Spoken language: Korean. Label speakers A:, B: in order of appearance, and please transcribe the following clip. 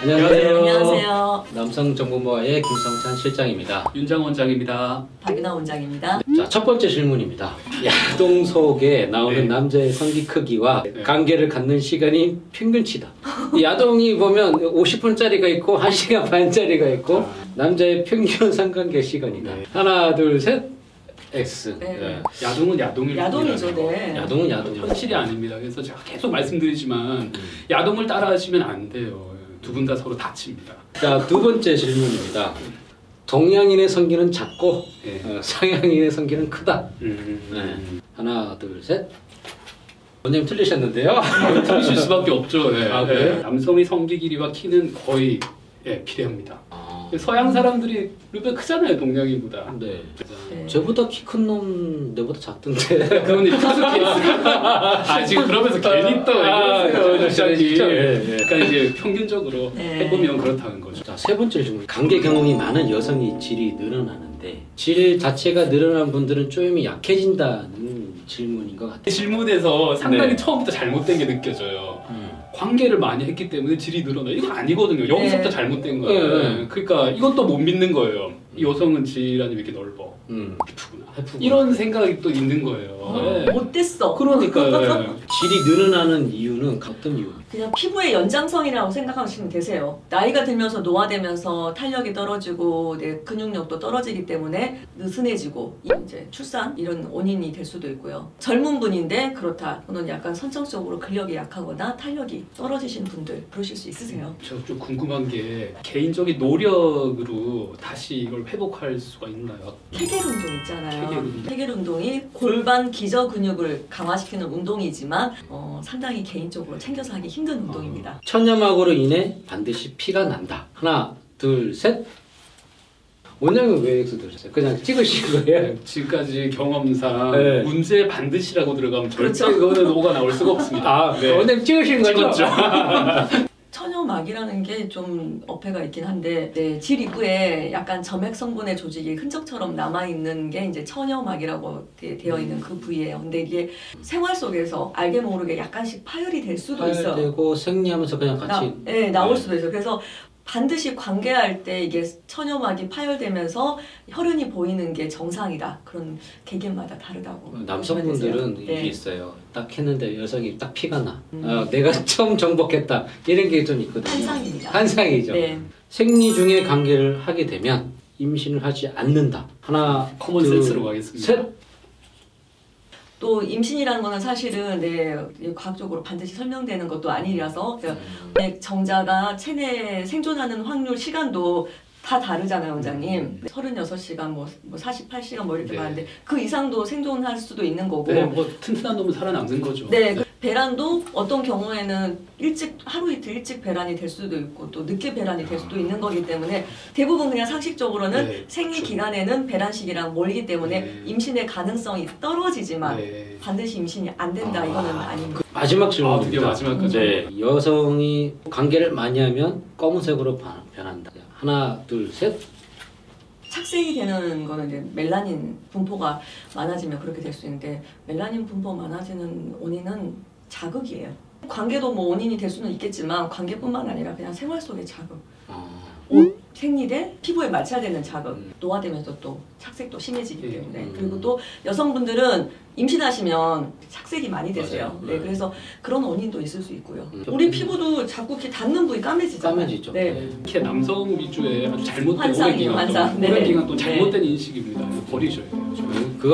A: 안녕하세요.
B: 안녕하세요.
A: 남성정보모아의 김성찬 실장입니다.
C: 윤장 원장입니다.
B: 박윤아 원장입니다.
A: 자, 첫 번째 질문입니다. 야동 속에 나오는
C: 네.
A: 남자의 성기 크기와
C: 네.
A: 관계를 갖는 시간이 평균치다. 이 야동이 보면 50분짜리가 있고 1시간 반짜리가 있고 남자의 평균 상관계 시간이다.
C: 네.
A: 하나, 둘, 셋. X.
B: 네.
A: 네.
C: 야동은 야동일
B: 야동이죠,
C: 뿐이라는 거.
B: 네.
A: 야동은 야동이야.
C: 현실이 아닙니다. 그래서 제가 계속 말씀드리지만
A: 음.
C: 야동을 따라하시면 안 돼요. 두 분 다 서로 다칩니다.
A: 자, 두 번째 질문입니다. 동양인의 성기는 작고
C: 예.
A: 어, 서양인의 성기는 크다.
C: 음.
A: 네. 하나, 둘, 셋. 원장님 틀리셨는데요.
C: 틀리실 수밖에 없죠. 예.
A: 아, 그래요?
C: 예. 남성의 성기 길이와 키는 거의 예, 비례합니다. 서양 사람들이 루베 크잖아요, 동양인보다.
A: 네.
B: 네.
A: 저보다 키 큰 놈 내보다 작던데.
C: 그건 특수 케이스. 아 지금 그러면서 괜히 또
A: 아,
C: 이러세요,
A: 그렇죠.
C: 갑자기.
A: 진짜, 예, 예.
C: 그러니까 이제 평균적으로
B: 네.
C: 해보면 그렇다는 거죠.
A: 자, 세 번째 질문. 관계 경험이 많은 여성이 질이 늘어나는데 질 자체가 늘어난 분들은 조금이 약해진다는 질문인 것 같아요.
C: 질문에서 상당히
A: 네.
C: 처음부터 잘못된 게 느껴져요.
A: 음.
C: 관계를 많이 했기 때문에 질이 늘어나. 이건 아니거든요. 여기서부터
B: 네.
C: 잘못된 거예요.
A: 네, 네.
C: 그러니까 이것도 못 믿는 거예요. 이 여성은 질환이 왜 이렇게 넓어?
A: 음.
C: 아프구나.
A: 아프구나.
C: 이런 생각이 또 있는 거예요.
B: 아.
A: 어.
C: 네.
B: 못됐어.
C: 그러니까 네.
A: 질이 늘어나는 이유는 어떤 이유?
B: 그냥 피부의 연장선이라고 생각하시면 되세요. 나이가 들면서 노화되면서 탄력이 떨어지고 내 근육력도 떨어지기 때문에 느슨해지고 이제 출산 이런 원인이 될 수도 있고요. 젊은 분인데 그렇다. 또는 약간 선천적으로 근력이 약하거나 탄력이 떨어지신 분들 그러실 수 있으세요.
C: 제가 좀 궁금한 게 개인적인 노력으로 다시 이걸 회복할 수가 있나요?
B: 케겔 운동 있잖아요.
C: 케겔 운동.
B: 케겔 운동이 골반 기저 근육을 강화시키는 운동이지만 어, 상당히 개인적으로 챙겨서 하기 힘든 운동입니다.
A: 천연막으로 인해 반드시 피가 난다. 하나, 둘, 셋. 원장님 왜 X 들으셨어요? 그냥 찍으신 거예요?
C: 지금까지 경험상
A: 네.
C: 문제 반드시라고 들어가면 절대
B: 그렇죠.
C: 그거는 오가 나올 수가 없습니다.
A: 아,
C: 네.
A: 원장님 찍으신 거죠?
C: 찍었죠.
B: 천연막이라는 게 좀 어폐가 있긴 한데 네, 질 입구에 약간 점액 성분의 조직이 흔적처럼 남아 있는 게 이제 천연막이라고 되- 되어 있는 그 부위예요. 근데 이게 생활 속에서 알게 모르게 약간씩 파열이 될 수도 있어요.
A: 되고 생리하면서 그냥 같이
B: 나, 네, 나올
A: 네.
B: 수도 있어요. 그래서 반드시 관계할 때 이게 천연막이 파열되면서 혈흔이 보이는 게 정상이다. 그런 개개마다 다르다고.
A: 남성분들은
B: 생각하세요.
A: 이게
B: 네.
A: 있어요. 딱 했는데 여성이 딱 피가 나.
B: 음.
A: 어, 내가 처음 정복했다. 이런 게 좀 있거든요.
B: 환상입니다.
A: 환상이죠.
B: 네.
A: 생리 중에 관계를 하게 되면 임신을 하지 않는다. 하나,
C: 커먼
A: 둘,
C: 센스로 가겠습니다.
A: 그 셋.
B: 또 임신이라는 거는 사실은 네, 과학적으로 반드시 설명되는 것도 아니라서
C: 음.
B: 네, 정자가 체내에 생존하는 확률 시간도 다 다르잖아요, 원장님. 36시간, 뭐, 뭐 48시간 뭐
C: 음.
B: 이렇게
C: 네.
B: 많은데 그 이상도 생존할 수도 있는 거고
C: 네, 뭐 튼튼한 놈은 살아남는 거죠.
B: 네, 그 배란도 어떤 경우에는 일찍 하루 이틀 일찍 배란이 될 수도 있고 또 늦게 배란이 될 수도 있는 거기 때문에 대부분 그냥 상식적으로는
C: 아. 네,
B: 생리
C: 그렇죠.
B: 기간에는 배란 시기랑 멀기 때문에
C: 네.
B: 임신의 가능성이 떨어지지만
C: 네.
B: 반드시 임신이 안 된다
A: 아,
B: 이거는 아닙니다.
A: 마지막
C: 아,
A: 질문입니다.
C: 드디어 마지막까지.
A: 네.
B: 음.
A: 여성이 관계를 많이 하면 검은색으로 바- 변한다. 하나, 둘, 셋.
B: 착색이 되는 거는 이제 멜라닌 분포가 많아지면 그렇게 될 수 있는데 멜라닌 분포 많아지는 원인은 자극이에요. 관계도 뭐 원인이 될 수는 있겠지만 관계뿐만 아니라 그냥 생활 속의 자극.
A: 어,
B: 옷 생리대 피부에 마찰되는 자극
A: 음.
B: 노화되면서 또 착색도 심해지기
C: 예.
B: 때문에
A: 음.
B: 그리고 또 여성분들은 임신하시면 착색이 많이 되세요.
A: 맞아요.
B: 네,
A: 네.
B: 그래서 그런 원인도 있을 수 있고요.
A: 음.
B: 우리 피부도 자꾸 이렇게 닿는 부위 까매지잖아요.
A: 까매지죠.
B: 네.
A: 네.
C: 이렇게 남성 위주의 아주 잘못된
B: 환상이에요,
C: 오랜 기간
B: 환상.
C: 동안 오랜
B: 네.
C: 기간 동안 잘못된
B: 네.
C: 인식입니다. 버리셔야 돼요. 저는.
A: 그거